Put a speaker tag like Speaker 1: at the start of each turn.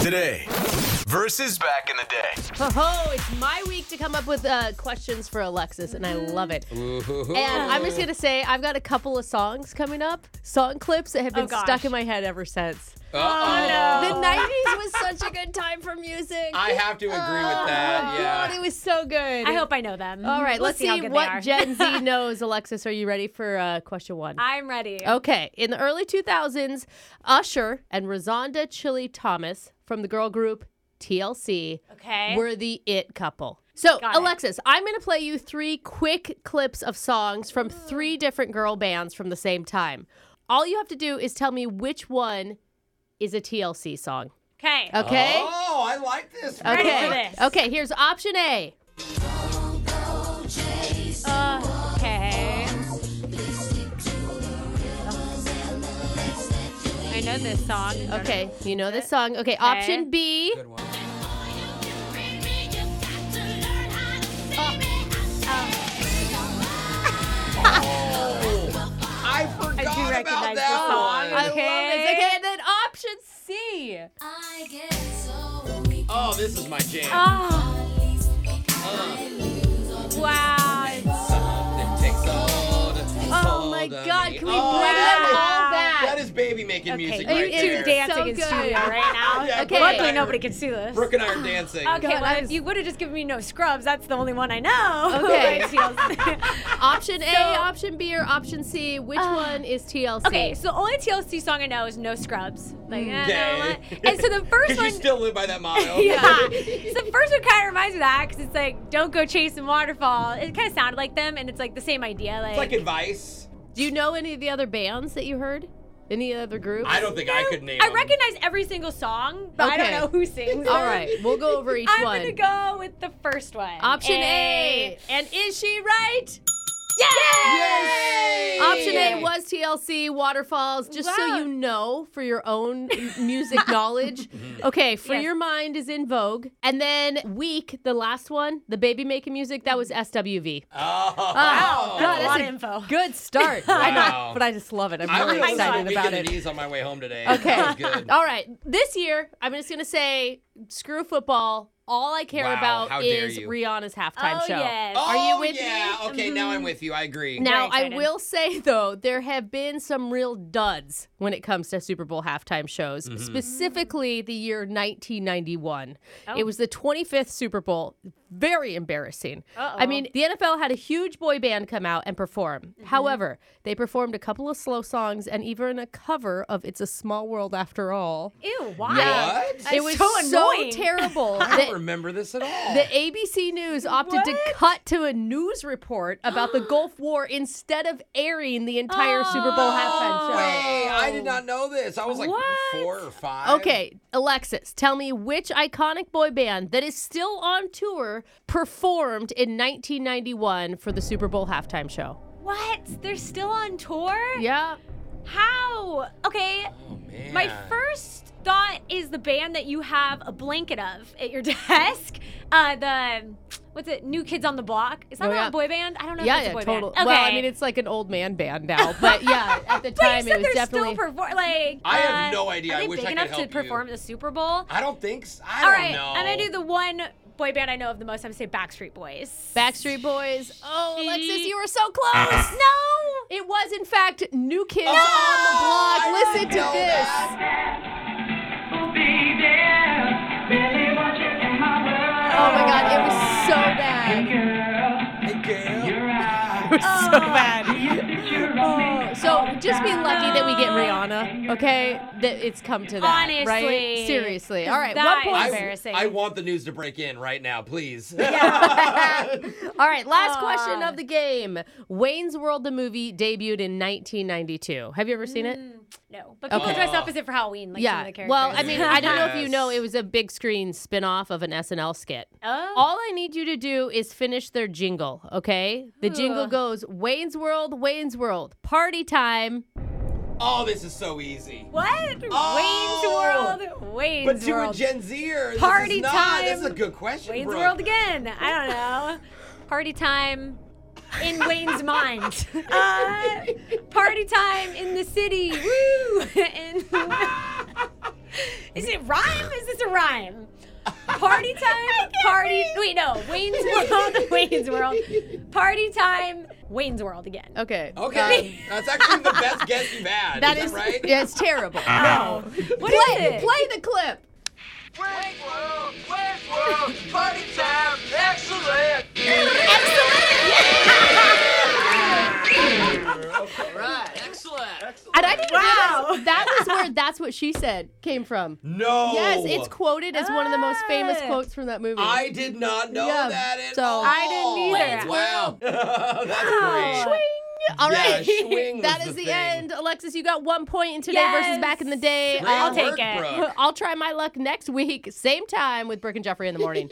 Speaker 1: today versus back in the day.
Speaker 2: Ho ho! It's my week to come up with uh, questions for Alexis, and I love it. And I'm just gonna say I've got a couple of songs coming up, song clips that have been
Speaker 3: Oh, gosh.
Speaker 2: stuck in my head ever since.
Speaker 4: Uh-oh.
Speaker 2: The '90s was such a good time for music.
Speaker 4: Oh.
Speaker 2: Oh,
Speaker 4: I have to agree with that.
Speaker 2: God,
Speaker 4: Yeah.
Speaker 2: it was so good.
Speaker 3: I hope I know them.
Speaker 2: All right,
Speaker 3: We'll
Speaker 2: let's
Speaker 3: how
Speaker 2: see,
Speaker 3: good they are.
Speaker 2: what Gen Z knows. Alexis, are you ready for uh, question one?
Speaker 3: I'm ready.
Speaker 2: Okay, in the early 2000s, Usher and Rosonda Chili Thomas from the girl group TLC
Speaker 3: Okay.
Speaker 2: were the it couple. So,
Speaker 3: Got it.
Speaker 2: Alexis, I'm going to play you three quick clips of songs from three different girl bands from the same time. All you have to do is tell me which one is a TLC song.
Speaker 3: okay.
Speaker 2: Okay?
Speaker 4: Oh, I like this. one.
Speaker 3: ready for
Speaker 2: okay.
Speaker 3: this.
Speaker 2: Okay, here's option A.
Speaker 3: Uh, okay. I know this song.
Speaker 2: Okay, you know this song. Okay, option B.
Speaker 4: Good one. I forgot
Speaker 3: recognize
Speaker 4: about
Speaker 3: this song.
Speaker 4: that
Speaker 2: I
Speaker 4: one.
Speaker 2: love
Speaker 3: Okay.
Speaker 2: this. Okay, and then option C.
Speaker 4: Oh, this is my jam.
Speaker 3: Oh. Wow.
Speaker 2: Oh my God, can we bring
Speaker 3: that
Speaker 4: Oh, that is-
Speaker 2: all back?
Speaker 4: That is baby making music
Speaker 3: you
Speaker 4: right
Speaker 2: it
Speaker 3: two
Speaker 2: is
Speaker 4: there.
Speaker 3: dancing
Speaker 2: so
Speaker 3: in
Speaker 2: good.
Speaker 3: studio right now.
Speaker 4: Yeah, Brooke and
Speaker 2: Okay.
Speaker 4: I
Speaker 3: Luckily,
Speaker 4: are-
Speaker 3: nobody can see this.
Speaker 4: Brooke and I are dancing.
Speaker 3: Okay, well,
Speaker 2: I-
Speaker 3: if you would have just given me no scrubs. That's the only one I know.
Speaker 2: Okay.
Speaker 3: By TLC.
Speaker 2: Option A,
Speaker 3: So- Uh,
Speaker 2: option B, or option C? Which one is TLC?
Speaker 3: okay, so the only TLC song I know is No Scrubs. Like, eh, no,
Speaker 4: Okay.
Speaker 3: eh. and so the first
Speaker 4: 'Cause
Speaker 3: one.
Speaker 4: you still live by that motto.
Speaker 3: yeah. So the first one kind of reminds me of that because it's like, don't go chasing waterfall. It kind of sounded like them, and it's like the same idea. Like,
Speaker 4: It's like advice.
Speaker 2: Do you know any of the other bands that you heard? Any other groups?
Speaker 4: I don't think I could name
Speaker 3: I
Speaker 4: them.
Speaker 3: recognize every single song, but I
Speaker 2: Okay.
Speaker 3: don't know who sings.
Speaker 2: All
Speaker 3: them.
Speaker 2: right, we'll go over each
Speaker 3: I'm
Speaker 2: one.
Speaker 3: gonna go with the first one.
Speaker 2: Option
Speaker 3: Eh.
Speaker 2: A. And is she right?
Speaker 4: Yay!
Speaker 2: Option A was TLC Waterfalls. Just so
Speaker 3: Wow.
Speaker 2: you know for your own m- music knowledge. Okay, Free
Speaker 3: Yes.
Speaker 2: Your Mind is in Vogue, and then Week, the last one, the baby making music, that was SWV.
Speaker 4: Oh.
Speaker 2: Wow,
Speaker 3: that's
Speaker 2: God,
Speaker 3: a
Speaker 2: that's
Speaker 3: lot
Speaker 2: a
Speaker 3: of info.
Speaker 2: Good start. I know,
Speaker 4: Wow.
Speaker 2: but I just love it. I'm
Speaker 4: I
Speaker 2: really
Speaker 4: really
Speaker 2: excited about
Speaker 4: the
Speaker 2: it.
Speaker 4: knees on my way home today.
Speaker 2: Okay.
Speaker 4: That was good.
Speaker 2: All right. This year, I'm just going to say screw football. All I care
Speaker 4: Wow, how
Speaker 2: about
Speaker 4: dare
Speaker 2: is
Speaker 4: you.
Speaker 2: Rihanna's halftime
Speaker 3: oh,
Speaker 2: show.
Speaker 3: Yes.
Speaker 4: Oh,
Speaker 2: Are you with
Speaker 4: yeah.
Speaker 2: me? Mm-hmm.
Speaker 4: Okay, now I'm with you. I agree.
Speaker 2: Now,
Speaker 3: Very
Speaker 2: I
Speaker 3: excited.
Speaker 2: will say, though, there have been some real duds when it comes to Super Bowl halftime shows,
Speaker 4: Mm-hmm.
Speaker 2: specifically the year 1991. It
Speaker 3: Oh.
Speaker 2: was the 25th Super Bowl. Very embarrassing. I
Speaker 3: Uh-oh.
Speaker 2: mean, the NFL had a huge boy band come out and perform.
Speaker 3: Mm-hmm.
Speaker 2: However, they performed a couple of slow songs and even a cover of It's a Small World After All.
Speaker 3: Ew, why?
Speaker 4: Yeah. What?
Speaker 3: That's
Speaker 2: It was
Speaker 3: so
Speaker 2: so,
Speaker 3: annoying.
Speaker 2: terrible.
Speaker 4: I don't
Speaker 2: that
Speaker 4: remember this at all.
Speaker 2: the ABC News opted to
Speaker 3: What?
Speaker 2: cut to a news report about the Gulf War instead of airing the entire Super Bowl
Speaker 3: Oh,
Speaker 2: halftime show.
Speaker 4: Wait, I did not know this. I was like
Speaker 3: What?
Speaker 4: four or five.
Speaker 2: Okay, Alexis, tell me which iconic boy band that is still on tour performed in 1991 for the Super Bowl halftime show.
Speaker 3: What? They're still on tour?
Speaker 2: Yeah.
Speaker 3: How? Okay.
Speaker 4: Oh, man.
Speaker 3: My first thought is the band that you have a blanket of at your desk. Uh, the what's it? New Kids on the Block. Is that
Speaker 2: Oh,
Speaker 3: not
Speaker 2: yeah.
Speaker 3: a boy band? I don't know.
Speaker 2: Yeah,
Speaker 3: if
Speaker 2: yeah,
Speaker 3: it's a boy
Speaker 2: total.
Speaker 3: Band. Okay.
Speaker 2: Well, I mean, it's like an old man band now, but yeah, at the
Speaker 3: But you
Speaker 2: time
Speaker 3: said
Speaker 2: it was
Speaker 3: they're
Speaker 2: definitely.
Speaker 3: still perform. Like
Speaker 4: I have
Speaker 3: uh,
Speaker 4: no idea.
Speaker 3: Are
Speaker 4: I
Speaker 3: they
Speaker 4: wish
Speaker 3: big
Speaker 4: I could
Speaker 3: enough
Speaker 4: help
Speaker 3: to perform
Speaker 4: you.
Speaker 3: the Super Bowl?
Speaker 4: I don't think so. I
Speaker 3: All
Speaker 4: don't
Speaker 3: right,
Speaker 4: know.
Speaker 3: I'm gonna do the one boy band I know of the most. I'm gonna say Backstreet Boys.
Speaker 2: Backstreet Boys. Oh, Alexis, you were so close.
Speaker 3: no.
Speaker 2: It was, in fact, New Kids
Speaker 4: Oh,
Speaker 2: on the
Speaker 4: I
Speaker 2: Block. Listen
Speaker 4: didn't
Speaker 2: to
Speaker 4: know
Speaker 2: this.
Speaker 4: that.
Speaker 2: Oh my God, it was so bad.
Speaker 4: Hey, girl.
Speaker 2: so bad. Oh, So just be lucky that we get Rihanna, okay? That it's come to that, right?
Speaker 3: Honestly.
Speaker 2: Seriously. All right,
Speaker 3: That
Speaker 2: one
Speaker 3: is-
Speaker 2: point.
Speaker 4: I,
Speaker 3: Embarrassing.
Speaker 4: I want the news to break in right now, please.
Speaker 2: All right,
Speaker 3: Uh,
Speaker 2: last question
Speaker 3: Aw.
Speaker 2: of the game. Wayne's World, the movie, debuted in 1992. Have you ever seen it?
Speaker 3: No, but people
Speaker 2: Okay.
Speaker 3: dress up as if for Halloween. Like some of the
Speaker 2: yeah.
Speaker 3: characters.
Speaker 2: Well, I mean, I don't know if you
Speaker 4: Yes.
Speaker 2: know, it was a big screen spin-off of an SNL skit.
Speaker 3: oh,
Speaker 2: All I need you to do is finish their jingle, okay? The jingle
Speaker 3: Ugh.
Speaker 2: goes Wayne's World, Wayne's World, party time.
Speaker 4: oh, this is so easy.
Speaker 3: what?
Speaker 4: Oh.
Speaker 3: Wayne's World. Wayne's
Speaker 4: But to
Speaker 3: World.
Speaker 4: a Gen Zer, this
Speaker 3: Party
Speaker 4: is not-
Speaker 3: time.
Speaker 4: This is a good question.
Speaker 3: Wayne's
Speaker 4: Brooke.
Speaker 3: World again. I don't know. Party time in Wayne's mind. Uh, party time in the city. Woo! and Is it rhyme? Is this a rhyme? Party time, party. Wait, no. Wayne's World, Wayne's World. Party time, Wayne's World again.
Speaker 2: Okay.
Speaker 4: Okay, that's actually the best guess you've had.
Speaker 2: That
Speaker 4: is,
Speaker 2: is
Speaker 4: that right?
Speaker 2: Yeah, it's terrible.
Speaker 4: Uh-huh.
Speaker 3: Oh. What is
Speaker 2: play,
Speaker 3: it?
Speaker 2: play the clip.
Speaker 1: Wayne's World, Wayne's World, party time, excellent.
Speaker 2: And I didn't realize that was where that's what she said came from.
Speaker 4: No.
Speaker 2: Yes, it's quoted as one of the most famous
Speaker 3: Ah.
Speaker 2: quotes from that movie.
Speaker 4: I did not know
Speaker 2: Yeah,
Speaker 4: that at
Speaker 2: so-
Speaker 4: all.
Speaker 2: I
Speaker 3: didn't either.
Speaker 4: Wayne's Wow. that's
Speaker 3: Wow.
Speaker 4: great.
Speaker 2: All
Speaker 4: yeah,
Speaker 2: right.
Speaker 4: swing
Speaker 2: that
Speaker 4: was
Speaker 2: is
Speaker 4: the
Speaker 2: the,
Speaker 4: thing.
Speaker 2: end. Alexis, you got one point in today
Speaker 3: Yes.
Speaker 2: versus back in the day. Um,
Speaker 4: Great
Speaker 2: I'll,
Speaker 3: take
Speaker 4: work,
Speaker 3: it.
Speaker 4: Brooke.
Speaker 2: I'll try my luck next week, same time with Brooke and Jeffrey in the morning.